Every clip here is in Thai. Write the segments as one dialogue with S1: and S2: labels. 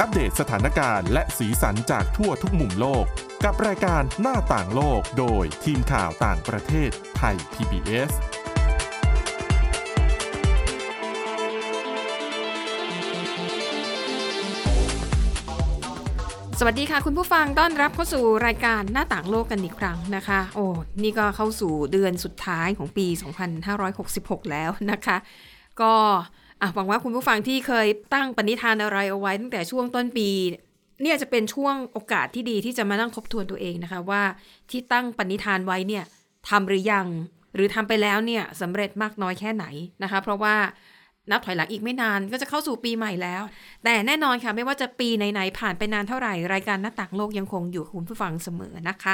S1: อัปเดตสถานการณ์และสีสันจากทั่วทุกมุมโลก กับรายการหน้าต่างโลกโดยทีมข่าวต่างประเทศไทย PBS
S2: สวัสดีค่ะ คุณผู้ฟังต้อนรับเข้าสู่รายการหน้าต่างโลกกันอีกครั้งนะคะ โอ้นี่ก็เข้าสู่เดือนสุดท้ายของปี 2566 แล้วนะคะ ก็อ่ะหวังว่าคุณผู้ฟังที่เคยตั้งปณิธานอะไรเอาไว้ตั้งแต่ช่วงต้นปี เนี่ยจะเป็นช่วงโอกาสที่ดีที่จะมานั่งทบทวนตัวเองนะคะว่าที่ตั้งปณิธานไว้เนี่ยทำหรือยัง หรือทำไปแล้วเนี่ยสำเร็จมากน้อยแค่ไหนนะคะ เพราะว่า นับถอยหลังอีกไม่นานก็จะเข้าสู่ปีใหม่แล้ว แต่แน่นอนค่ะ ไม่ว่าจะปีไหนๆผ่านไปนานเท่าไหร่ รายการหน้าต่างโลกยังคงอยู่กับคุณผู้ฟังเสมอนะคะ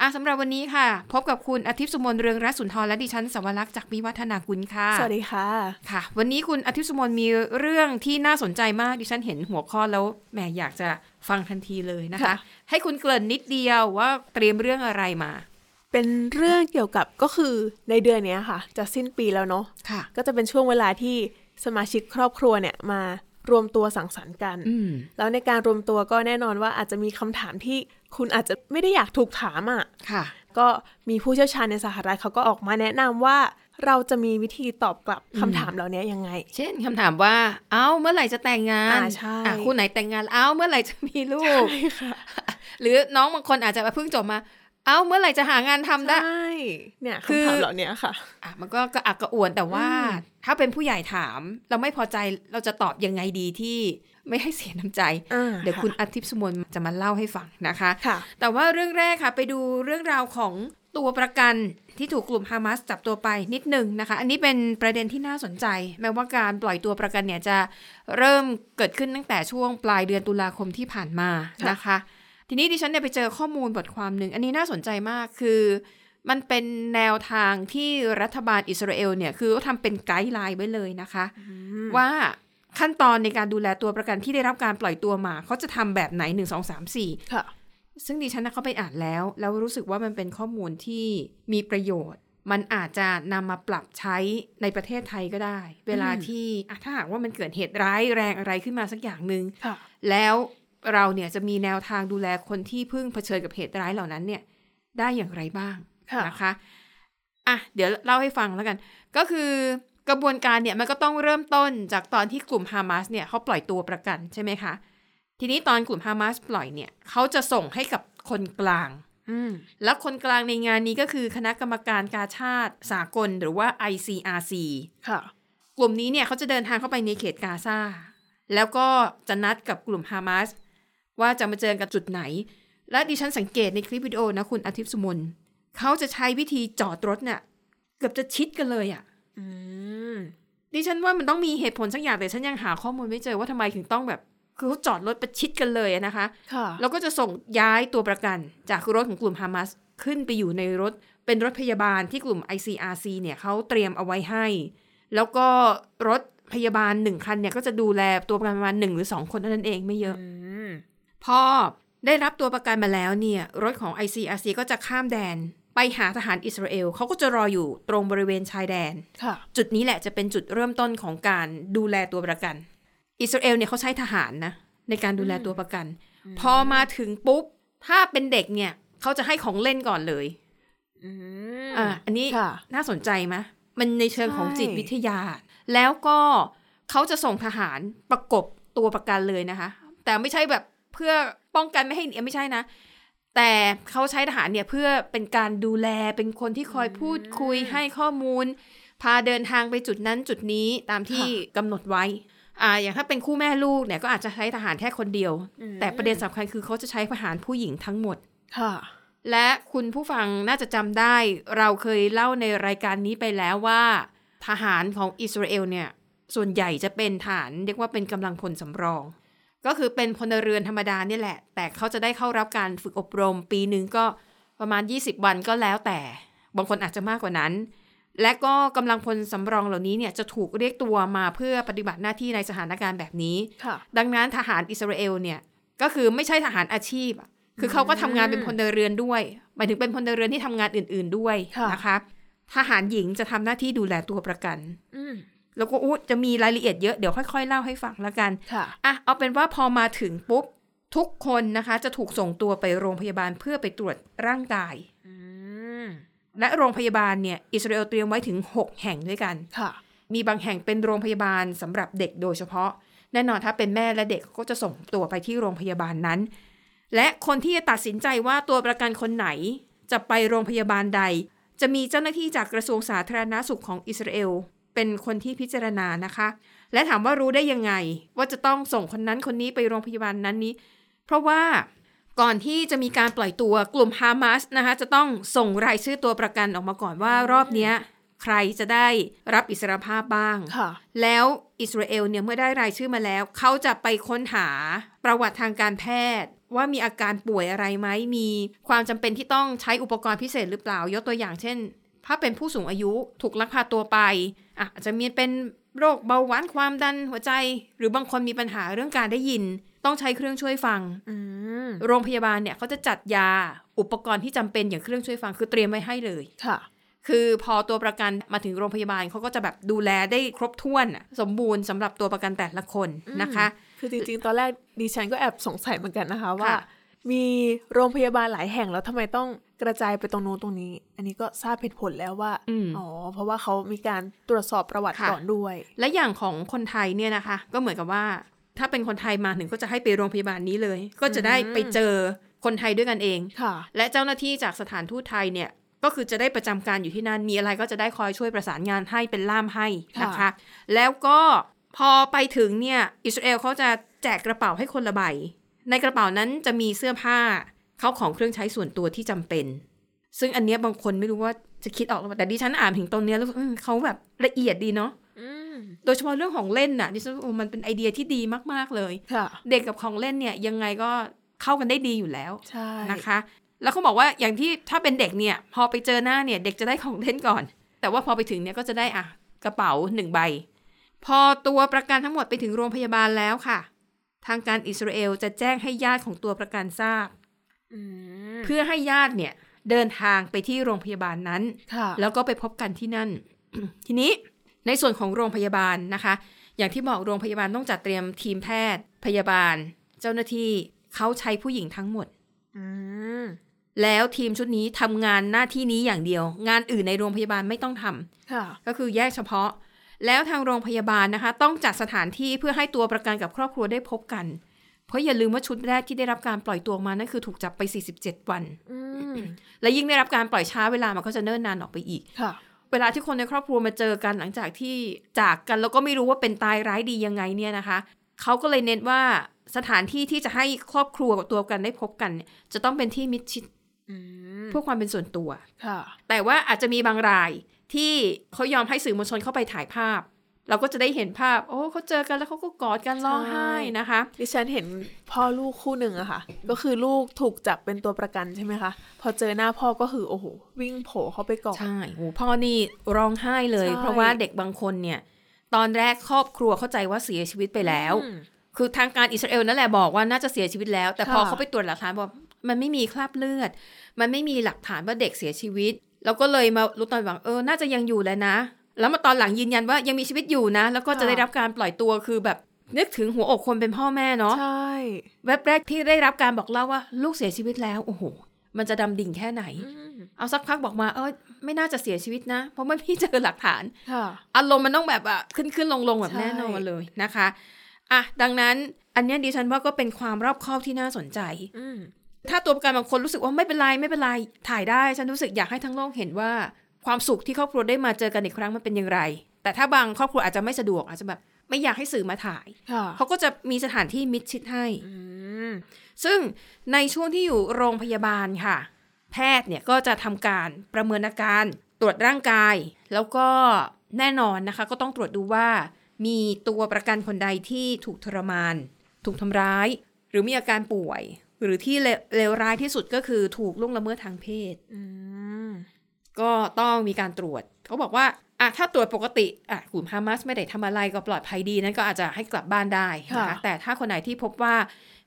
S2: อ่ะสำหรับวันนี้ค่ะ พบกับคุณอาทิตย์สุมนเรืองรัตน์สุนทรและดิฉันสวรักษ์จากวิวัฒนาคุณค่ะ
S3: สวัสดีค่ะ
S2: ค่ะ วันนี้คุณอาทิตย์สุมนมีเรื่องที่น่าสนใจมากดิฉันเห็นหัวข้อแล้วแหมอยากจะฟังทันทีเลยนะคะ
S3: ค่ะ
S2: ให้คุณเกริ่นนิดเดียวว่าเตรียมเรื่องอะไรมา
S3: เป็นเรื่องเกี่ยวกับก็คือในเดือนเนี้ยค่ะ จะสิ้นปีแล้วเนาะ
S2: ค่ะ
S3: ก็จะเป็นช่วงเวลาที่สมาชิกครอบครัวเนี่ยมารวมตัวสังสรรค์กัน
S2: อืม
S3: แล้วในการรวมตัวก็แน่นอนว่าอาจจะมีคำถามที่คุณอาจจะไม่ได้อยากถูกถามอะ่ะ
S2: ค่ะ
S3: ก็มีผู้เชี่ยวชาญในสหรัฐเขาก็ออกมาแนะนำว่าเราจะมีวิธีตอบกลับคำถามเหล่านี้ยังไง
S2: เช่นคำถามว่า เอ้าเมื่อไหร่จะแต่งงาน
S3: อ่าใช่
S2: อ่ะคู่ไหนแต่งงาน เอ้าเมื่อไหร่จะมีลูก
S3: ค่ะ
S2: หรือน้องบางคนอาจจะเพิ่งจบมา เอ้าเมื่อไหร่จะหางานทำได้
S3: ใช่เนี่ย
S2: คือ
S3: คำถามเหล่านี้ค่ะ
S2: อ่ะมันก็กระอักกระอ่วนแต่ว่า
S3: อืม
S2: ถ้าเป็นผู้ใหญ่ถามเราไม่พอใจเราจะตอบยังไงดีที่ไม่ให้เสียน้ำใจ
S3: อ่า
S2: เดี๋ยวคุณอาทิตย์สมนจะมาเล่าให้ฟังนะคะ
S3: ค่ะ
S2: แต่ว่าเรื่องแรกค่ะ ไปดูเรื่องราวของตัวประกันที่ถูกกลุ่มฮามาสจับตัวไปนิดหนึ่งนะคะ อันนี้เป็นประเด็นที่น่าสนใจ แม้ว่าการปล่อยตัวประกันเนี่ยจะเริ่มเกิดขึ้นตั้งแต่ช่วงปลายเดือนตุลาคมที่ผ่านมานะคะ ทีนี้ดิฉันเนี่ยไปเจอข้อมูลบทความหนึ่ง อันนี้น่าสนใจมากคือ มันเป็นแนวทางที่รัฐบาลอิสราเอลเนี่ยคือเขาทำเป็นไกด์ไลน์ไว้เลยนะคะ ว่าขั้นตอนในการดูแลตัวประกันที่ได้รับการปล่อยตัวมาเขาจะทำแบบไหนหนึ่งสองสามสี่
S3: ค่ะ
S2: ซึ่งดิฉันนะเขาไปอ่านแล้ว แล้วรู้สึกว่ามันเป็นข้อมูลที่มีประโยชน์ มันอาจจะนำมาปรับใช้ในประเทศไทยก็ได้ เวลาที่อ่ะถ้าหากว่ามันเกิดเหตุร้ายแรงอะไรขึ้นมาสักอย่างหนึ่ง
S3: ค่ะ
S2: แล้วเราเนี่ยจะมีแนวทางดูแลคนที่เพิ่งเผชิญกับเหตุร้ายเหล่านั้นเนี่ย ได้อย่างไรบ้าง
S3: ค่ะ
S2: นะคะอ่ะเดี๋ยวเล่าให้ฟังแล้วกัน ก็คือกระบวนการเนี่ยมันก็ต้องเริ่มต้นจากตอนที่กลุ่มฮามาสเนี่ยเขาปล่อยตัวประกันใช่ไหมคะ ทีนี้ตอนกลุ่มฮามาสปล่อยเนี่ยเขาจะส่งให้กับคนกลาง
S3: อืม
S2: แล้วคนกลางในงานนี้ก็คือคณะกรรมการกาชาติสากลหรือว่า ICRC
S3: ค่ะ
S2: กลุ่มนี้เนี่ยเขาจะเดินทางเข้าไปในเขตกาซาแล้วก็จะนัดกับกลุ่มฮามาสว่าจะมาเจอกันจุดไหน และดิฉันสังเกตในคลิปวิดีโอนะคุณอาทิตย์สุมนเขาจะใช้วิธีจอดรถเนี่ยเกือบจะชิดกันเลยอะ่ะ
S3: อืม
S2: ดิฉันว่ามันต้องมีเหตุผลสักอย่างแต่ฉันยังหาข้อมูลไม่เจอว่าทำไมถึงต้องแบบคือเขาจอดรถประชิดกันเลยอะนะคะ
S3: ค่ะ
S2: แล้วก็จะส่งย้ายตัวประกันจากรถของกลุ่มฮามาสขึ้นไปอยู่ในรถ เป็นรถพยาบาลที่กลุ่ม ICRC เนี่ยเขาเตรียมเอาไว้ให้ แล้วก็รถพยาบาลหนึ่งคันเนี่ยก็จะดูแลตัวประกันประมาณหนึ่งหรือสองคนเท่านั้นเองไม่เยอะ
S3: อืม
S2: พอได้รับตัวประกันมาแล้วเนี่ยรถของ ICRC ก็จะข้ามแดน ไปหาทหารอิสราเอลเขาก็จะรออยู่ตรงบริเวณชายแดน
S3: ค่ะ
S2: จุดนี้แหละจะเป็นจุดเริ่มต้นของการดูแลตัวประกัน อิสราเอลเนี่ยเขาใช้ทหารนะในการดูแลตัวประกัน พอมาถึงปุ๊บ ถ้าเป็นเด็กเนี่ยเขาจะให้ของเล่นก่อนเลย
S3: อืม
S2: อ่าอันนี้
S3: ค่ะ
S2: น่าสนใจไหมมันในเชิงของ
S3: ใช่
S2: จิตวิทยา แล้วก็เขาจะส่งทหารประกบตัวประกันเลยนะคะ แต่ไม่ใช่แบบเพื่อป้องกันไม่ให้หนีไม่ใช่นะ แต่เขาใช้ทหารเนี่ยเพื่อเป็นการดูแลเป็นคนที่คอยพูดคุยให้ข้อมูล พาเดินทางไปจุดนั้นจุดนี้ตามที่กำหนดไว้ อ่า อย่างถ้าเป็นคู่แม่ลูกเนี่ยก็อาจจะใช้ทหารแค่คนเดียว
S3: อืม
S2: แต่ประเด็นสำคัญคือเขาจะใช้ทหารผู้หญิงทั้งหมด
S3: ค่ะ
S2: และคุณผู้ฟังน่าจะจำได้ เราเคยเล่าในรายการนี้ไปแล้วว่า ทหารของอิสราเอลเนี่ย ส่วนใหญ่จะเป็นฐานเรียกว่าเป็นกำลังพลสำรอง ก็คือเป็นพลเรือนธรรมดาเนี่ยแหละ แต่เขาจะได้เข้ารับการฝึกอบรม ปีหนึ่งก็ประมาณ 20 วันก็แล้วแต่ บางคนอาจจะมากกว่านั้น และก็กำลังพลสำรองเหล่านี้เนี่ยจะถูกเรียกตัวมาเพื่อปฏิบัติหน้าที่ในสถานการณ์แบบนี้
S3: ค่ะ
S2: ดังนั้นทหารอิสราเอลเนี่ยก็คือไม่ใช่ทหารอาชีพอะคือเขาก็ทำงานเป็นพลเรือนด้วยหมายถึงเป็นพลเรือนที่ทำงานอื่น ๆด้วย
S3: ค่ะ
S2: นะคะ ทหารหญิงจะทำหน้าที่ดูแลตัวประกัน
S3: อืม
S2: แล้วก็อู้จะมีรายละเอียดเยอะเดี๋ยวค่อยๆเล่าให้ฟังละกัน
S3: ค่ะ
S2: อ่ะเอาเป็นว่าพอมาถึงปุ๊บ ทุกคนนะคะ จะถูกส่งตัวไปโรงพยาบาลเพื่อไปตรวจร่างกาย และโรงพยาบาลเนี่ยอิสราเอลเตรียมไว้ถึง 6 แห่งด้วยกัน
S3: ค่ะ
S2: มีบางแห่งเป็นโรงพยาบาลสำหรับเด็กโดยเฉพาะ แน่นอนถ้าเป็นแม่และเด็กก็จะส่งตัวไปที่โรงพยาบาลนั้น และคนที่จะตัดสินใจว่าตัวประกันคนไหน จะไปโรงพยาบาลใด จะมีเจ้าหน้าที่จากกระทรวงสาธารณาสุขของอิสราเอล เป็นคนที่พิจารณานะคะ และถามว่ารู้ได้ยังไง ว่าจะต้องส่งคนนั้นคนนี้ไปโรงพยาบาลนั้นนี้ เพราะว่าก่อนที่จะมีการปล่อยตัวกลุ่มฮามาสนะคะจะต้องส่งรายชื่อตัวประกันออกมาก่อนว่ารอบเนี้ยใครจะได้รับอิสรภาพบ้าง
S3: ค่ะ
S2: แล้วอิสราเอลเนี่ยเมื่อได้รายชื่อมาแล้ว เขาจะไปค้นหาประวัติทางการแพทย์ ว่ามีอาการป่วยอะไรไหมมีความจำเป็นที่ต้องใช้อุปกรณ์พิเศษหรือเปล่ายกตัวอย่างเช่น ถ้าเป็นผู้สูงอายุถูกลักพาตัวไปอ่ะอาจจะมีเป็นโรคเบาหวานความดันหัวใจ หรือบางคนมีปัญหาเรื่องการได้ยิน ต้องใช้เครื่องช่วยฟัง
S3: อืม
S2: โรงพยาบาลเนี่ยเขาจะจัดยาอุปกรณ์ที่จำเป็นอย่างเครื่องช่วยฟังคือเตรียมไว้ให้เลย
S3: ค่ะ
S2: คือพอตัวประกันมาถึงโรงพยาบาลเขาก็จะแบบดูแลได้ครบถ้วนอะสมบูรณ์สำหรับตัวประกันแต่ละคนนะคะ
S3: คือจริงๆ ตอนแรกดิฉันก็แอบสงสัยเหมือนกันนะคะว่า
S2: ค่ะ
S3: มีโรงพยาบาลหลายแห่งแล้วทำไมต้องกระจายไปตรงโน้นตรงนี้ อันนี้ก็ทราบเหตุผลแล้วว่า
S2: อืม
S3: อ๋อ เพราะว่าเขามีการตรวจสอบประวัติ
S2: ค่ะ
S3: ก่อนด้วย
S2: และอย่างของคนไทยเนี่ยนะคะ ก็เหมือนกับว่า ถ้าเป็นคนไทยมาถึงก็จะให้ไปโรงพยาบาลนี้เลย ก็จะได้ไปเจอคนไทยด้วยกันเอง
S3: ค่ะ
S2: และเจ้าหน้าที่จากสถานทูตไทยเนี่ยก็คือจะได้ประจำการอยู่ที่นั่นมีอะไรก็จะได้คอยช่วยประสานงานให้เป็นล่ามให้นะคะ
S3: ค่ะ
S2: แล้วก็พอไปถึงเนี่ยอิสราเอลเขาจะแจกกระเป๋าให้คนละใบ ในกระเป๋านั้นจะมีเสื้อผ้าเข้าของเครื่องใช้ส่วนตัวที่จำเป็น ซึ่งอันเนี้ยบางคนไม่รู้ว่าจะคิดออกหรือเปล่าแต่ดิฉันอ่านถึงตรงเนี้ยแล้วอืมเขาแบบละเอียดดีเนาะโดยเฉพาะเรื่องของเล่นน่ะดิฉันว่าโอ้มันเป็นไอเดียที่ดีมากๆเลย
S3: ค่ะ
S2: เด็กกับของเล่นเนี่ยยังไงก็เข้ากันได้ดีอยู่แล้ว
S3: ใช่
S2: นะคะแล้วเขาบอกว่าอย่างที่ถ้าเป็นเด็กเนี่ย พอไปเจอหน้าเนี่ยเด็กจะได้ของเล่นก่อน แต่ว่าพอไปถึงเนี่ยก็จะได้อ่ะกระเป๋าหนึ่งใบ พอตัวประกันทั้งหมดไปถึงโรงพยาบาลแล้วค่ะ ทางการอิสราเอลจะแจ้งให้ญาติของตัวประกันทราบ
S3: อืม
S2: เพื่อให้ญาติเนี่ยเดินทางไปที่โรงพยาบาลนั้น
S3: ค่ะ
S2: แล้วก็ไปพบกันที่นั่ น ทีนี้ในส่วนของโรงพยาบาลนะคะ อย่างที่บอกโรงพยาบาลต้องจัดเตรียมทีมแพทย์ พยาบาล เจ้าหน้าที่เขาใช้ผู้หญิงทั้งหมด
S3: อืม
S2: แล้วทีมชุดนี้ทำงานหน้าที่นี้อย่างเดียว งานอื่นในโรงพยาบาลไม่ต้องทำ
S3: ค่ะ
S2: ก็คือแยกเฉพาะ แล้วทางโรงพยาบาลนะคะ ต้องจัดสถานที่เพื่อให้ตัวประกันกับครอบครัวได้พบกัน เพราะอย่าลืมว่าชุดแรกที่ได้รับการปล่อยตัวออกมานั่นคือถูกจับไป 47 วัน
S3: อืม
S2: และยิ่งได้รับการปล่อยช้าเวลามันก็จะเนิ่นนานออกไปอีก
S3: ค่ะ
S2: เวลาที่คนในครอบครัวมาเจอกันหลังจากที่จากกันแล้วก็ไม่รู้ว่าเป็นตายร้ายดียังไงเนี่ยนะคะเขาก็เลยเน้นว่าสถานที่ที่จะให้ครอบครัวกับตัวกันได้พบกันเนี่ยจะต้องเป็นที่มิดชิด
S3: อืม
S2: เพื่อความเป็นส่วนตัว
S3: ค่ะ
S2: แต่ว่าอาจจะมีบางรายที่เขายอมให้สื่อมวลชนเข้าไปถ่ายภาพ เราก็จะได้เห็นภาพ โอ้เขาเจอกันแล้วเขาก็กอดกันร้องไห้นะคะ
S3: ดิฉันเห็นพ่อลูกคู่หนึ่งอะค่ะ ก็คือลูกถูกจับเป็นตัวประกันใช่ไหมคะ พอเจอหน้าพ่อก็คือโอ้โห วิ่งโผล่เข้าไปกอด
S2: ใช่โอ้พ่อนี่ร้องไห้เลย
S3: ใช่
S2: เพราะว่าเด็กบางคนเนี่ย ตอนแรกครอบครัวเข้าใจว่าเสียชีวิตไปแล้ว
S3: อืม
S2: คือทางการอิสราเอลนั่นแหละบอกว่าน่าจะเสียชีวิตแล้ว แต่พอ
S3: ค่ะ
S2: เขาไปตรวจหลักฐานบอกมันไม่มีคราบเลือด มันไม่มีหลักฐานว่าเด็กเสียชีวิต แล้วก็เลยมารู้ตอนหลังเออ น่าจะยังอยู่แหล้วนะ แล้วมาตอนหลังยืนยันว่ายังมีชีวิตอยู่นะ แล้วก็จะได้รับการปล่อยตัวคือแบบนึกถึงหัวอกคนเป็นพ่อแม่เนาะ
S3: ใช่
S2: แวบแรกที่ได้รับการบอกเล่าว่าลูกเสียชีวิตแล้วโอ้โหมันจะดำดิ่งแค่ไหน เอาสักพักบอกมาเออไม่น่าจะเสียชีวิตนะ เพราะไม่พี่เจอหลักฐาน
S3: ค่ะ
S2: อารมณ์มันต้องแบบอ่ะขึ้นขึ้นลงลงแบบ
S3: ใช่
S2: แน่นอนเลยนะคะอ่ะดังนั้นอันเนี้ยดิฉันว่าก็เป็นความรอบคอบที่น่าสนใจ
S3: อืม
S2: ถ้าตัวประกันบางคนรู้สึกว่าไม่เป็นไรไม่เป็นไรถ่ายได้ฉันรู้สึกอยากให้ทั้งโลกเห็นว่า ความสุขที่ครอบครัวได้มาเจอกันอีกครั้งมันเป็นอย่างไร แต่ถ้าบางครอบครัวอาจจะไม่สะดวกอาจจะแบบไม่อยากให้สื่อมาถ่าย
S3: ค่ะ
S2: เขาก็จะมีสถานที่มิดชิดให้
S3: อืม
S2: ซึ่งในช่วงที่อยู่โรงพยาบาลค่ะ แพทย์เนี่ยก็จะทำการประเมินอาการตรวจร่างกาย แล้วก็แน่นอนนะคะ ก็ต้องตรวจดูว่า มีตัวประกันคนใดที่ถูกทรมาน ถูกทำร้าย หรือมีอาการป่วย หรือที่เลวเลวร้ายที่สุดก็คือถูกล่วงละเมิดทางเพศ
S3: อืม
S2: ก็ต้องมีการตรวจ เขาบอกว่าอ่ะถ้าตรวจปกติอ่ะกลุ่มฮามาสไม่ได้ทำอะไรก็ปลอดภัยดีนั้นก็อาจจะให้กลับบ้านได้นะคะ
S3: ค่ะ
S2: แต่ถ้าคนไหนที่พบว่า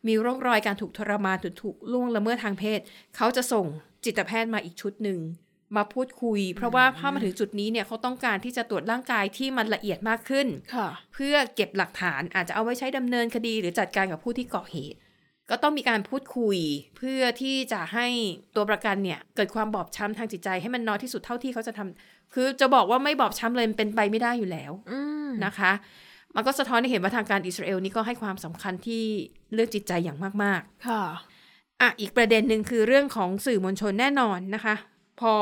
S2: มีร่องรอยการถูกทรมานถูกถูกล่วงละเมิดทางเพศ เขาจะส่งจิตแพทย์มาอีกชุดหนึ่ง มาพูดคุย เพราะว่าถ้ามาถึงจุดนี้เนี่ยเขาต้องการที่จะตรวจร่างกายที่มันละเอียดมากขึ้น
S3: ค่ะ
S2: เพื่อเก็บหลักฐานอาจจะเอาไว้ใช้ดำเนินคดีหรือจัดการกับผู้ที่ก่อเหตุ ก็ต้องมีการพูดคุย เพื่อที่จะให้ตัวประกันเนี่ย เกิดความบอบช้ำทางจิตใจให้มันน้อยที่สุดเท่าที่เขาจะทำคือจะบอกว่าไม่บอบช้ำเลยมันเป็นไปไม่ได้อยู่แล้ว
S3: อืม
S2: นะคะ มันก็สะท้อนให้เห็นว่าทางการอิสราเอลนี่ก็ให้ความสำคัญที่เรื่องจิตใจอย่างมากๆ
S3: ค่ะ
S2: อ่ะอีกประเด็นหนึ่งคือเรื่องของสื่อมวลชนแน่นอนนะคะ พอ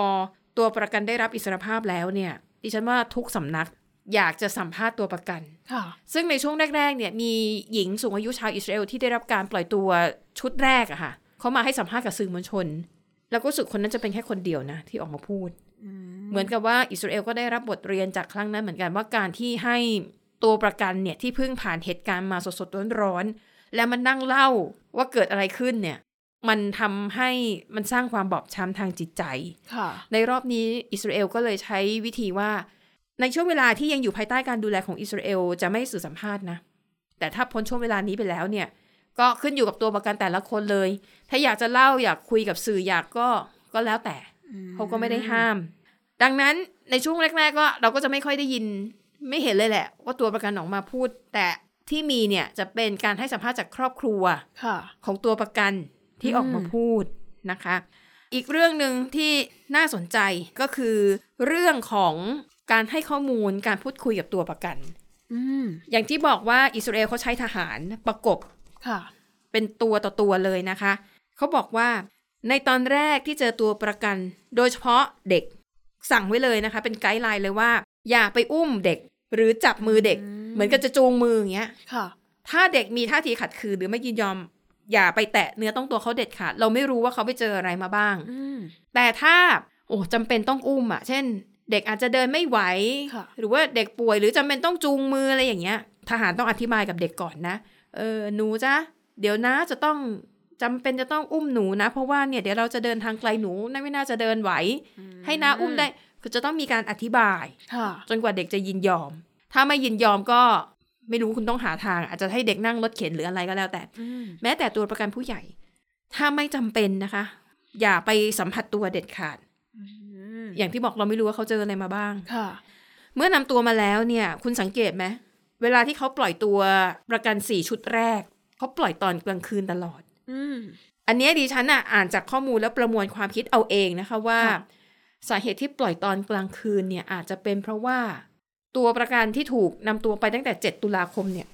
S2: ตัวประกันได้รับอิสรภาพแล้วเนี่ย ดิฉันว่าทุกสำนักอยากจะสัมภาษณ์ตัวประกัน
S3: ค่ะ
S2: ซึ่งในช่วงแรกๆเนี่ยมีหญิงสูงอายุชาวอิสราเอลที่ได้รับการปล่อยตัวชุดแรกอะค่ะเขามาให้สัมภาษณ์กับสื่อมวลชน แล้วก็รู้สึกคนนั้นจะเป็นแค่คนเดียวนะที่ออกมาพูด เหมือนกับว่าอิสราเอลก็ได้รับบทเรียนจากครั้งนั้นเหมือนกันว่าการที่ให้ตัวประกันเนี่ยที่เพิ่งผ่านเหตุการณ์มาสดๆร้อนๆแล้วมันนั่งเล่าว่าเกิดอะไรขึ้นเนี่ย มันทำให้มันสร้างความบอบช้ำทางจิตใจ
S3: ค่ะ
S2: ในรอบนี้อิสราเอลก็เลยใช้วิธีว่า ในช่วงเวลาที่ยังอยู่ภายใต้การดูแลของอิสราเอลจะไม่สื่อสัมภาษณ์นะ แต่ถ้าพ้นช่วงเวลานี้ไปแล้วเนี่ย ก็ขึ้นอยู่กับตัวประกันแต่ละคนเลย ถ้าอยากจะเล่าอยากคุยกับสื่ออยากก็ก็แล้วแต่เขาก็ไม่ได้ห้าม ดังนั้นในช่วงแรก ๆ ก็เราก็จะไม่ค่อยได้ยิน ไม่เห็นเลยแหละ ว่าตัวประกันออกมาพูด แต่ที่มีเนี่ยจะเป็นการให้สัมภาษณ์จากครอบครัว
S3: ค่ะ
S2: ของตัวประกันที่ออกมาพูดนะคะ อีกเรื่องหนึ่งที่น่าสนใจก็คือ เรื่องของการให้ข้อมูลการพูดคุยกับตัวประกัน
S3: อืม
S2: อย่างที่บอกว่าอิสราเอลเขาใช้ทหารประกบ
S3: ค่ะ
S2: เป็นตัวต่อตัวเลยนะคะ เขาบอกว่าในตอนแรกที่เจอตัวประกัน โดยเฉพาะเด็กสั่งไว้เลยนะคะ เป็นไกด์ไลน์เลยว่า อย่าไปอุ้มเด็กหรือจับมือเด็ก เหมือนกับจะจูงมืออย่างเงี้ย
S3: ค่ะ
S2: ถ้าเด็กมีท่าทีขัดขืนหรือไม่ยินยอม อย่าไปแตะเนื้อต้องตัวเขาเด็ดขาด เราไม่รู้ว่าเขาไปเจออะไรมาบ้าง
S3: อืม
S2: แต่ถ้า โอ้จำเป็นต้องอุ้มอะเช่น เด็กอาจจะเดินไม่ไหว
S3: ค่ะ
S2: หรือว่าเด็กป่วยหรือจำเป็นต้องจูงมืออะไรอย่างเงี้ย ทหารต้องอธิบายกับเด็กก่อนนะ เออหนูจ้ะเดี๋ยวนะจะต้องจำเป็นจะต้องอุ้มหนูนะ เพราะว่าเนี่ยเดี๋ยวเราจะเดินทางไกลหนูน่าไม่น่าจะเดินไหว ให้นะอุ้มได้คือจะต้องมีการอธิบาย
S3: ค่ะ
S2: จนกว่าเด็กจะยินยอม ถ้าไม่ยินยอมก็ไม่รู้คุณต้องหาทาง อาจจะให้เด็กนั่งรถเข็นหรืออะไรก็แล้วแต่
S3: อืม
S2: แม้แต่ตัวประกันผู้ใหญ่ ถ้าไม่จำเป็นนะคะ อย่าไปสัมผัสตัวเด็ดขาด อย่างที่บอกเราไม่รู้ว่าเขาเจออะไรมาบ้าง
S3: ค่ะ
S2: เมื่อนำตัวมาแล้วเนี่ย คุณสังเกตไหมเวลาที่เขาปล่อยตัวประกันสี่ชุดแรกเขาปล่อยตอนกลางคืนตลอด
S3: อืม
S2: อันเนี้ยดิฉันอ่ะอ่านจากข้อมูลแล้วประมวลความคิดเอาเองนะคะว่า
S3: ค่ะ
S2: สาเหตุที่ปล่อยตอนกลางคืนเนี่ยอาจจะเป็นเพราะว่า ตัวประกันที่ถูกนำตัวไปตั้งแต่ 7 ตุลาคมเนี่ย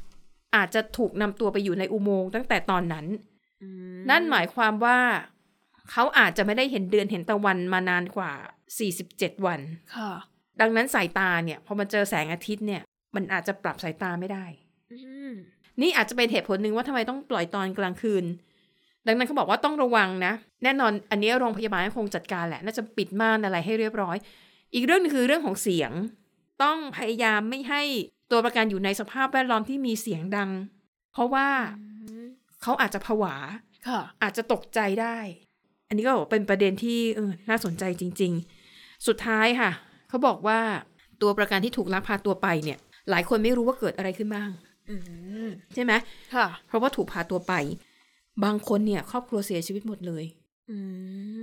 S2: อาจจะถูกนำตัวไปอยู่ในอุโมงค์ตั้งแต่ตอนนั้น
S3: อืม
S2: นั่นหมายความว่า เขาอาจจะไม่ได้เห็นเดือนเห็นตะวันมานานกว่า 47 วัน
S3: ค่ะ
S2: ดังนั้นสายตาเนี่ยพอมันเจอแสงอาทิตย์เนี่ย มันอาจจะปรับสายตาไม่ได้
S3: อืม
S2: นี่อาจจะเป็นเหตุผลหนึ่งว่าทำไมต้องปล่อยตอนกลางคืน ดังนั้นเขาบอกว่าต้องระวังนะ แน่นอนอันนี้โรงพยาบาลก็คงจัดการแหละ น่าจะปิดม่านอะไรให้เรียบร้อย อีกเรื่องหนึงคือเรื่องของเสียง ต้องพยายามไม่ให้ตัวประกันอยู่ในสภาพแวดล้อมที่มีเสียงดัง เพราะว่าเขาอาจจะผวา
S3: ค่ะ
S2: อาจจะตกใจได้ อันนี้ก็บอกว่าเป็นประเด็นที่เออน่าสนใจจริง ๆ สุดท้ายค่ะ เขาบอกว่าตัวประกันที่ถูกลักพาตัวไปเนี่ย หลายคนไม่รู้ว่าเกิดอะไรขึ้นบ้าง
S3: อืม
S2: ใช่ไหม
S3: ค่ะ
S2: เพราะว่าถูกพาตัวไป บางคนเนี่ย ครอบครัวเสียชีวิตหมดเลย
S3: อื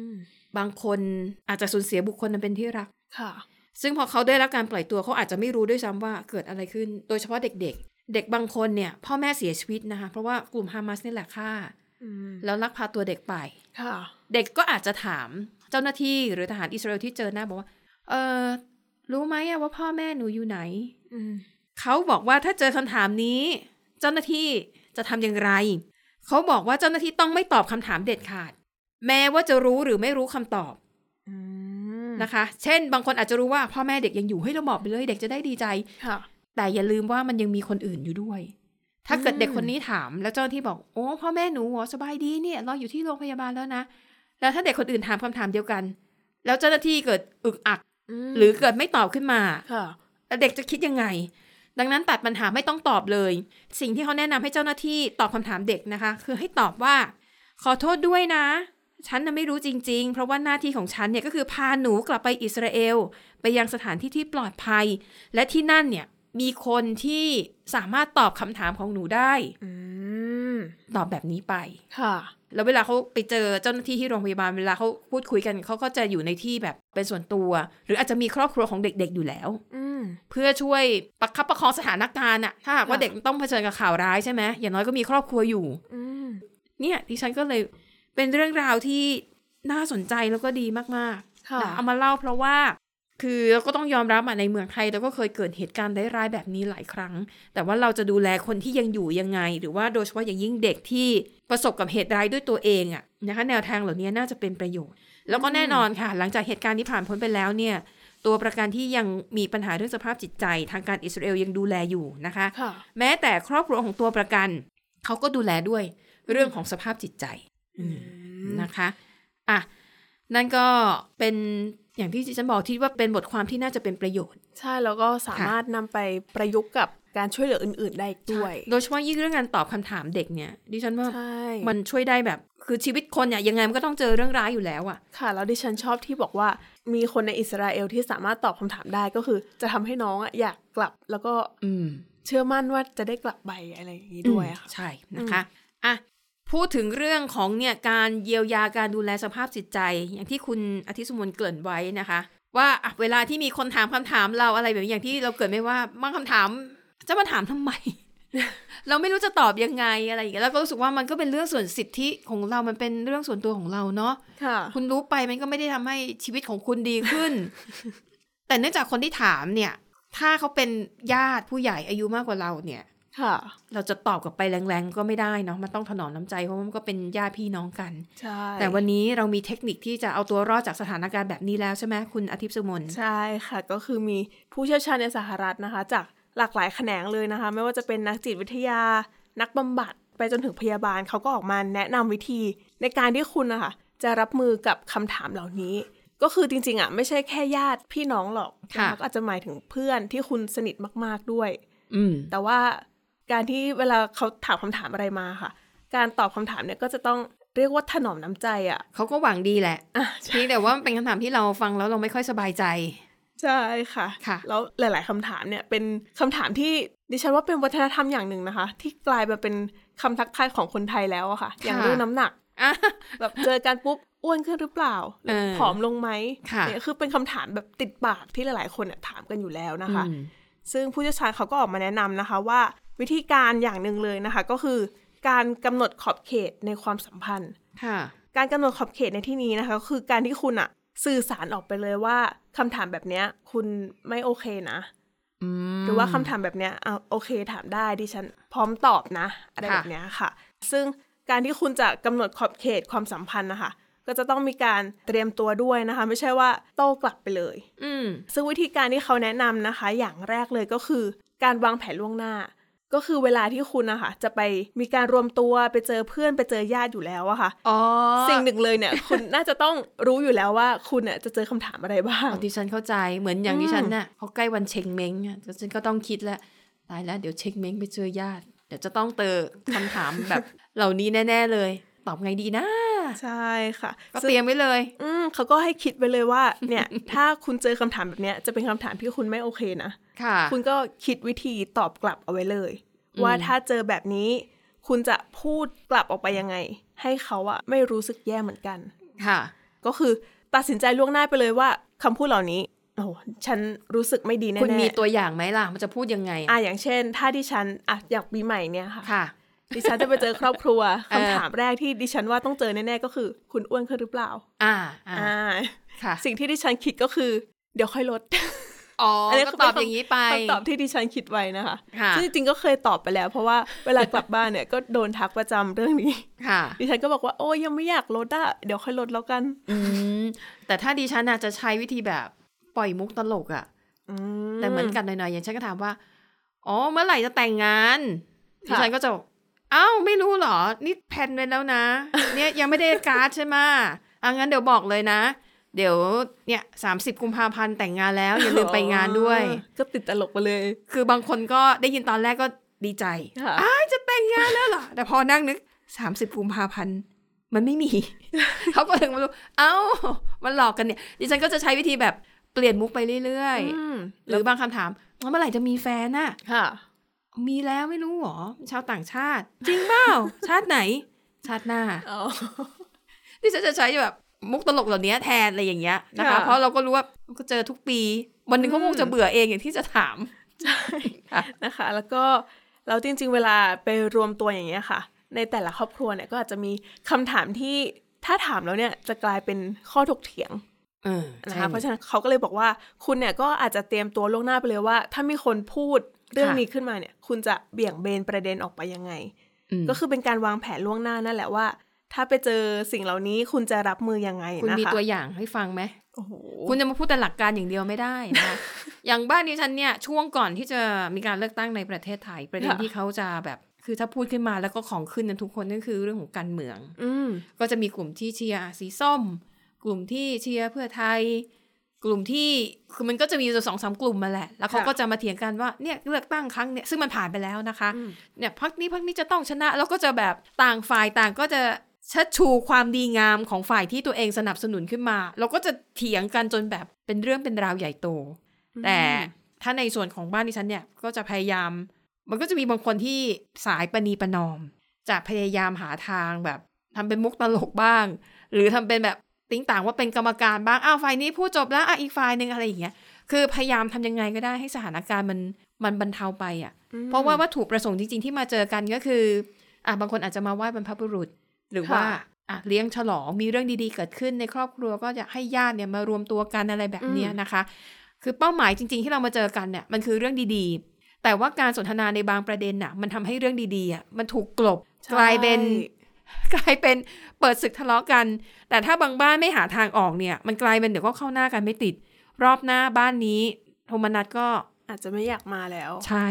S3: ม
S2: บางคนอาจจะสูญเสียบุคคลนั้นเป็นที่รัก
S3: ค่ะ
S2: ซึ่งพอเขาได้รับการปล่อยตัวเขาอาจจะไม่รู้ด้วยซ้ำว่าเกิดอะไรขึ้น โดยเฉพาะเด็กๆ เด็กบางคนเนี่ย พ่อแม่เสียชีวิตนะคะ เพราะว่ากลุ่มฮามาสนี่แหละฆ่า
S3: อืม
S2: แล้วลักพาตัวเด็กไป
S3: ค่ะ
S2: เด็กก็อาจจะถามเจ้าหน้าที่หรือทหารอิสราเอลที่เจอหน้าบอกว่า เออรู้ไหมอะว่าพ่อแม่หนูอยู่ไหน
S3: อืม
S2: เขาบอกว่าถ้าเจอคำถามนี้ เจ้าหน้าที่จะทำอย่างไร เขาบอกว่าเจ้าหน้าที่ต้องไม่ตอบคำถามเด็ดขาด แม้ว่าจะรู้หรือไม่รู้คำตอบ
S3: อืม
S2: นะคะ เช่น บางคนอาจจะรู้ว่าพ่อแม่เด็กยังอยู่ให้ยเราบอกไปเลยเด็กจะได้ดีใจ
S3: ค่ะ
S2: แต่อย่าลืมว่ามันยังมีคนอื่นอยู่ด้วย ถ้าเกิดเด็กคนนี้ถามแล้วเจ้าหน้าที่บอกโอ้พ่อแม่หนูเหรอสบายดีเนี่ยรออยู่ที่โรงพยาบาลแล้วนะ แล้วถ้าเด็กคนอื่นถามคำถามเดียวกัน แล้วเจ้าหน้าที่เกิดอึกอัก หรือเกิดไม่ตอบขึ้นมา
S3: ค่ะ
S2: แล้วเด็กจะคิดยังไง ดังนั้นตัดปัญหาไม่ต้องตอบเลย สิ่งที่เขาแนะนำให้เจ้าหน้าที่ตอบคำถามเด็กนะคะ คือให้ตอบว่า ขอโทษด้วยนะ ฉันน่ะไม่รู้จริง ๆ เพราะว่าหน้าที่ของฉันเนี่ยก็คือพาหนูกลับไปอิสราเอล ไปยังสถานที่ที่ปลอดภัย และที่นั่นเนี่ยมีคนที่สามารถตอบคำถามของหนูได้
S3: อืม
S2: ตอบแบบนี้ไป
S3: ค่ะ
S2: แล้วเวลาเขาไปเจอเจ้าหน้าที่ที่โรงพยาบาลเวลาเขาพูดคุยกันเขาก็จะอยู่ในที่แบบเป็นส่วนตัว หรืออาจจะมีครอบครัวของเด็กๆอยู่แล้ว
S3: อืม
S2: เพื่อช่วยประคับประคองสถานการณ์อะถ้าหากว่า
S3: ค่ะ
S2: เด็กต้องเผชิญกับข่าวร้ายใช่ไหมอย่างน้อยก็มีครอบครัวอยู่
S3: อืม
S2: เนี่ยดิฉันก็เลยเป็นเรื่องราวที่น่าสนใจแล้วก็ดีมาก
S3: ค่ะ
S2: ๆนะเอามาเล่าเพราะว่า คือเราก็ต้องยอมรับอะในเมืองไทยเราก็เคยเกิดเหตุการณ์ร้ายๆแบบนี้หลายครั้ง แต่ว่าเราจะดูแลคนที่ยังอยู่ยังไง หรือว่าโดยเฉพาะอย่างยิ่งเด็กที่ประสบกับเหตุร้ายด้วยตัวเองอะนะคะแนวทางเหล่านี้น่าจะเป็นประโยชน์ แล้วก็แน่นอนค่ะ หลังจากเหตุการณ์ที่ผ่านพ้นไปแล้วเนี่ย ตัวประกันที่ยังมีปัญหาเรื่องสภาพจิตใจ ทางการอิสราเอลยังดูแลอยู่นะคะ
S3: ค่ะ
S2: แม้แต่ครอบครัวของตัวประกัน เขาก็ดูแลด้วยเรื่องของสภาพจิตใจนะคะอ่ะนั่นก็เป็นอย่างที่ดิฉันบอกที่ว่าเป็นบทความที่น่าจะเป็นประโยชน์
S3: ใช่แล้วก็สามารถนำไปประยุกต์กับการช่วยเหลืออื่น ๆ ได้อีกด้วย
S2: โดยเฉพาะยิ่งเรื่องการตอบคำถามเด็กเนี่ยดิฉันว่า
S3: ใช่
S2: มันช่วยได้แบบ คือชีวิตคนเนี่ยยังไงมันก็ต้องเจอเรื่องร้ายอยู่แล้วอะ
S3: ค่ะ แล้วดิฉันชอบที่บอกว่า มีคนในอิสราเอลที่สามารถตอบคำถามได้ก็คือ จะทำให้น้องอะอยากกลับ แล้วก็
S2: อืม
S3: เชื่อมั่นว่าจะได้กลับไปอะไรอย่างนี้ด้วยอะค่ะ
S2: ใช่นะคะอ่ะพูดถึงเรื่องของเนี่ยการเยียวยาการดูแลสภาพจิตใจ อย่างที่คุณอาทิตย์สมนเกริ่นไว้นะคะ ว่าอ่ะเวลาที่มีคนถามคำถามเราอะไรแบบนี้อย่างที่เราเกริดไม่ว่าบางคำถาม จะมาถามทำ ไม เราไม่รู้จะตอบยังไงอะไรอย่างเงี้ยแล้วก็รู้สึกว่ามันก็เป็นเรื่องส่วนสิทธิของเรามันเป็นเรื่องส่วนตัวของเราเนาะ
S3: ค่ะ
S2: คุณรู้ไปมันก็ไม่ได้ทำให้ชีวิตของคุณดีขึ้น แต่เนื่องจากคนที่ถามเนี่ย ถ้าเขาเป็นญาติผู้ใหญ่อายุมากกว่าเราเนี่ย
S3: ค่ะ
S2: เราจะตอบกลับไปแรงๆ ก็ไม่ได้เนาะ มันต้องถนอมน้ำใจเพราะว่ามันก็เป็นญาติพี่น้องกัน
S3: ใช่
S2: แต่วันนี้เรามีเทคนิคที่จะเอาตัวรอดจากสถานการณ์แบบนี้แล้วใช่ไหมคุณอาทิตย์สุมน
S3: ใช่ค่ะ ก็คือมีผู้เชี่ยวชาญในสหรัฐนะคะ จากหลากหลายแขนงเลยนะคะ ไม่ว่าจะเป็นนักจิตวิทยา นักบำบัดไปจนถึงพยาบาลเขาก็ออกมาแนะนำวิธี ในการที่คุณนะคะจะรับมือกับคำถามเหล่านี้ ก็คือจริงๆอ่ะไม่ใช่แค่ญาติพี่น้องหรอก
S2: ค่ะ
S3: นะคะก็อาจจะหมายถึงเพื่อนที่คุณสนิทมากๆด้วย
S2: อืม
S3: แต่ว่าการที่เวลาเขาถามคำถามอะไรมาค่ะ การตอบคำถามเนี่ยก็จะต้องเรียกว่าถนอมน้ำใจอ่ะ
S2: เขาก็หวังดีแหละ
S3: อ่ะใช่
S2: เพียงแต่ว่ามันเป็นคำถามที่เราฟังแล้วเราไม่ค่อยสบายใจ
S3: ใช่ค่ะ
S2: ค่ะ
S3: แล้วหลาย ๆคำถามเนี่ยเป็นคำถามที่ดิฉันว่าเป็นวัฒนธรรมอย่างหนึ่งนะคะ ที่กลายมาเป็นคำทักทายของคนไทยแล้วอะค่ะ อย่างเรื่องน้ำหนัก
S2: อ่ะ
S3: แบบเจอกันปุ๊บอ้วนขึ้นหรือเปล่าหรือ
S2: เออ
S3: ผอมลงไหม
S2: ค่ะ
S3: เนี่ยคือเป็นคำถามแบบติดปากที่หลาย ๆ คนเนี่ยถามกันอยู่แล้วนะคะ
S2: อืม
S3: ซึ่งผู้เชี่ยวชาญเขาก็ออกมาแนะนำนะคะว่าวิธีการอย่างหนึ่งเลยนะคะ ก็คือการกำหนดขอบเขตในความสัมพันธ์
S2: ค่ะ
S3: การกำหนดขอบเขตในที่นี้นะคะก็คือการที่คุณอะสื่อสารออกไปเลยว่าคำถามแบบเนี้ยคุณไม่โอเคนะ
S2: อืม
S3: หรือว่าคำถามแบบเนี้ยอ่ะโอเคถามได้ดิฉันพร้อมตอบนะอะไร
S2: ค่ะ
S3: แบบเนี้ยค่ะ ซึ่งการที่คุณจะกำหนดขอบเขตความสัมพันธ์นะคะ ก็จะต้องมีการเตรียมตัวด้วยนะคะ ไม่ใช่ว่าโต้กลับไปเลย
S2: อืม
S3: ซึ่งวิธีการที่เขาแนะนำนะคะ อย่างแรกเลยก็คือ การวางแผนล่วงหน้า ก็คือเวลาที่คุณนะคะจะไปมีการรวมตัวไปเจอเพื่อนไปเจอญาติอยู่แล้วอะค่ะ
S2: อ๋อ
S3: สิ่งหนึ่งเลยเนี่ย คุณน่าจะต้องรู้อยู่แล้วว่าคุณเนี่ยจะเจอคำถามอะไรบ้าง
S2: ดิฉันเข้าใจเหมือนอย่าง
S3: อืม
S2: ดิฉันน่ะพอใกล้วันเชงเม้งอ่ะดิฉันก็ต้องคิดแล้วตายแล้วเดี๋ยวเชงเม้งไปเจอญาติ เดี๋ยวจะต้องเจอคำถามแบบ เหล่านี้แน่ ๆเลย ตอบไงดีนะ
S3: ใช่ค่ะ
S2: ก็
S3: ซึ่
S2: เต
S3: ง
S2: รียมไว้เลย
S3: อืมเขาก็ให้คิดไปเลยว่า เนี่ย ถ้าคุณเจอคำถามแบบเนี้ยจะเป็นคำถามที่คุณไม่โอเคนะ
S2: ค่ะ
S3: คุณก็คิดวิธีตอบกลับเอาไว้เลย ว่าถ้าเจอแบบนี้ คุณจะพูดกลับออกไปยังไง ให้เขาอะไม่รู้สึกแย่เหมือนกัน
S2: ค่ะ
S3: ก็คือตัดสินใจล่วงหน้าไปเลยว่าคำพูดเหล่านี้โอ้โหฉันรู้สึกไม่ดีแน่ๆ
S2: คุณมีตัวอย่างไหมล่ะ มันจะพูดยังไง
S3: อ่ะอย่างเช่น ถ้าดิฉันอ่ะอยากปีใหม่เนี่ยค่ะ
S2: ค่ะ
S3: ดิฉันจะไปเจอครอบครัว
S2: เออ
S3: คำถามแรกที่ดิฉันว่าต้องเจอแน่ๆก็คือ คุณอ้วนขึ้นหรือเปล่า
S2: อ่าอ่า
S3: อ่า
S2: ค่ะ
S3: สิ่งที่ดิฉันคิดก็คือ เดี๋ยวค่อยลด
S2: อ๋ออน
S3: นี้
S2: ก็
S3: คือ
S2: ตอบ
S3: เป็น
S2: อย่างนี้ไป
S3: คำตอบที่ดิฉันคิดไว้นะคะ
S2: ค่ะ
S3: ซึ่งจริงๆก็เคยตอบไปแล้ว เพราะว่าเวลากลับบ้านเนี่ย ก็โดนทักประจำเรื่องนี้
S2: ค่ะ
S3: ดิฉันก็บอกว่าโอ้ยยังไม่อยากลดอ่ะเดี๋ยวค่อยลดแล้วกัน
S2: อืม แต่ถ้าดิฉันอาจจะใช้วิธีแบบปล่อยมุกตลกอะ
S3: อื
S2: แต่เหมือนกันหน่อยๆ อย่างฉันก็ถามว่า อ๋อ เมื่อไหร่จะแต่งงาน
S3: ค่ะ
S2: ดิฉันก็จะบอกเอ้าวไม่รู้เหรอ นี่แพลนไว้แล้วนะ เนี่ยยังไม่ได้การ์ดใช่ไหมอ่ะงั้นเดี๋ยวบอกเลยนะ เดี๋ยวเนี่ยสามสิบกุมภาพันธ์แต่งงานแล้วอย่าลืมไปงานด้วย
S3: ก็ติดตลกไปเลย
S2: คือบางคนก็ได้ยินตอนแรกก็ดีใจ
S3: ค่ะ
S2: อ้ายจะแต่งงานแล้วเหรอ แต่พอนั่งนึกสามสิบกุมภาพันธ์มันไม่มี เขาก็ถึงมารู้ เอ้า มันหลอกกันเนี่ย ดิฉันก็จะใช้วิธีแบบเปลี่ยนมุกไปเรื่อย
S3: อืม
S2: ๆ หรือบางคำถามแล้วเมื่อไหร่จะมีแฟนน่ะ
S3: ค่ะ
S2: มีแล้วไม่รู้หรอ ชาวต่างชาติ จริงเปล่า ชาติไหน ชาติหน้า
S3: อ๋อ
S2: ที่ฉันจะใช้แบบมุกตลกเหล่านี้แทนอะไรอย่างเงี้ยนะคะ
S3: ค่ะ
S2: เพราะเราก็รู้ว่ามันก็เจอทุกปี วันหนึ่งเขาคงจะเบื่อเองอย่างที่จะถาม
S3: ใช่ นะคะ แล้วก็แล้วจริง ๆ เวลาไปรวมตัวอย่างเงี้ยค่ะ ในแต่ละครอบครัวเนี่ยก็อาจจะมีคำถามที่ถ้าถามแล้วเนี่ยจะกลายเป็นข้อถกเถียง
S2: เออ
S3: นะ
S2: ใช่
S3: คะเพราะฉะนั้นเขาก็เลยบอกว่าคุณเนี่ยก็อาจจะเตรียมตัวล่วงหน้าไปเลยว่า ถ้ามีคนพูดเรื่องนี้ขึ้นมาเนี่ย คุณจะเบี่ยงเบนประเด็นออกไปยังไง
S2: อืม
S3: ก็คือเป็นการวางแผนล่วงหน้านั่นแหละว่า ถ้าไปเจอสิ่งเหล่านี้คุณจะรับมือยังไง
S2: คุณ
S3: นะ
S2: มี
S3: คะ
S2: ตัวอย่างให้ฟังไหม
S3: โอ้โห
S2: คุณจะมาพูดแต่หลักการอย่างเดียวไม่ได้นะคะ อย่างบ้านดิฉันเนี่ยช่วงก่อนที่จะมีการเลือกตั้งในประเทศไทย ประเด็น
S3: ค่ะ
S2: ที่เขาจะแบบ คือถ้าพูดขึ้นมาแล้วก็ของขึ้นกันทุกคนนั่นคือเรื่องของการเมือง
S3: อืม
S2: ก็จะมีกลุ่มที่เชียร์สีส้ม กลุ่มที่เชียร์เพื่อไทย กลุ่มที่คือมันก็จะมีอยู่สองสามกลุ่มมาแหละ แล้วเขา
S3: ค่ะ
S2: ก็จะมาเถียงกันว่าเนี่ยเลือกตั้งครั้งเนี่ยซึ่งมันผ่านไปแล้วนะคะ
S3: อืม
S2: เนี่ยพักนี้พักนี้จะต้องชนะ แล้วก็จะแบบต่างฝ่ายต่างก็จะเชัดชูความดีงามของฝ่ายที่ตัวเองสนับสนุนขึ้นมา แล้วก็จะเถียงกันจนแบบเป็นเรื่องเป็นราวใหญ่โต แต่ถ้าในส่วนของบ้านดิฉันเนี่ยก็จะพยายาม มันก็จะมีบางคนที่สายประนีประนอม จะพยายามหาทางแบบทำเป็นมุกตลกบ้าง หรือทำเป็นแบบติ้งต่างว่าเป็นกรรมการบ้างอ้าวฝ่ายนี้พูดจบแล้วอ่ะอีกฝ่ายหนึ่งอะไรอย่างเงี้ยคือพยายามทำยังไงก็ได้ให้สถานการณ์มันมันบรรเทาไปอ่ะ
S3: อืม
S2: เพราะว่าวัตถุประสงค์จริงๆที่มาเจอกันก็คืออ่ะบางคนอาจจะมาไหว้บรรพบุรุษ หรือว่า
S3: ค่ะ
S2: อ่ะเลี้ยงฉลองมีเรื่องดีๆเกิดขึ้นในครอบครัวก็อยากให้ญาติเนี่ยมารวมตัวกันอะไรแบบเนี้ยนะคะ คือเป้าหมายจริงๆที่เรามาเจอกันเนี่ยมันคือเรื่องดีๆ แต่ว่าการสนทนาในบางประเด็นน่ะมันทำให้เรื่องดีๆอ่ะมันถูกกลบ
S3: ใช่
S2: กลายเป็น กลายเป็นเปิดศึกทะเลาะกัน แต่ถ้าบางบ้านไม่หาทางออกเนี่ย มันกลายเป็นเดี๋ยวก็เข้าหน้ากันไม่ติด รอบหน้าบ้านนี้โทมนัสก็
S3: อาจจะไม่อยากมาแล้ว
S2: ใช่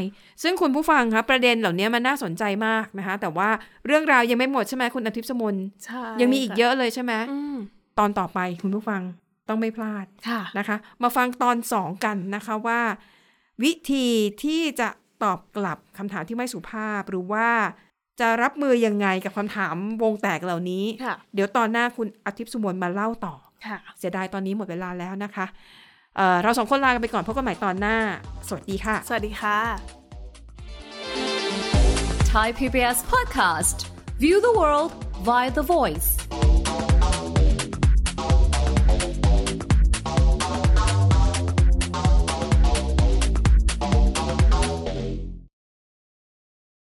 S2: ซึ่งคุณผู้ฟังครับประเด็นเหล่านี้มันน่าสนใจมากนะคะ แต่ว่าเรื่องราวยังไม่หมดใช่ไหมคุณอาทิตย์สมน
S3: ใช่
S2: ยังมีอีก
S3: ค่
S2: เยอะเลยใช่ไหม
S3: อืม
S2: ตอนต่อไปคุณผู้ฟังต้องไม่พลาด
S3: ค่ะ
S2: นะคะ มาฟังตอนสองกันนะคะว่า วิธีที่จะตอบกลับคำถามที่ไม่สุภาพ หรือว่าจะรับมือยังไงกับคำถามวงแตกเหล่านี้
S3: ค่ะ
S2: เดี๋ยวตอนหน้าคุณอาทิตย์สมนมาเล่าต่อ
S3: ค่ะ
S2: เสียดายตอนนี้หมดเวลาแล้วนะคะเอ่อเราสองคนลากันไปก่อนพบกันใหม่ตอนหน้า สวัสดีค่ะ
S3: สวัสดีค่ะ
S4: Thai PBS podcast. View the world via the voice.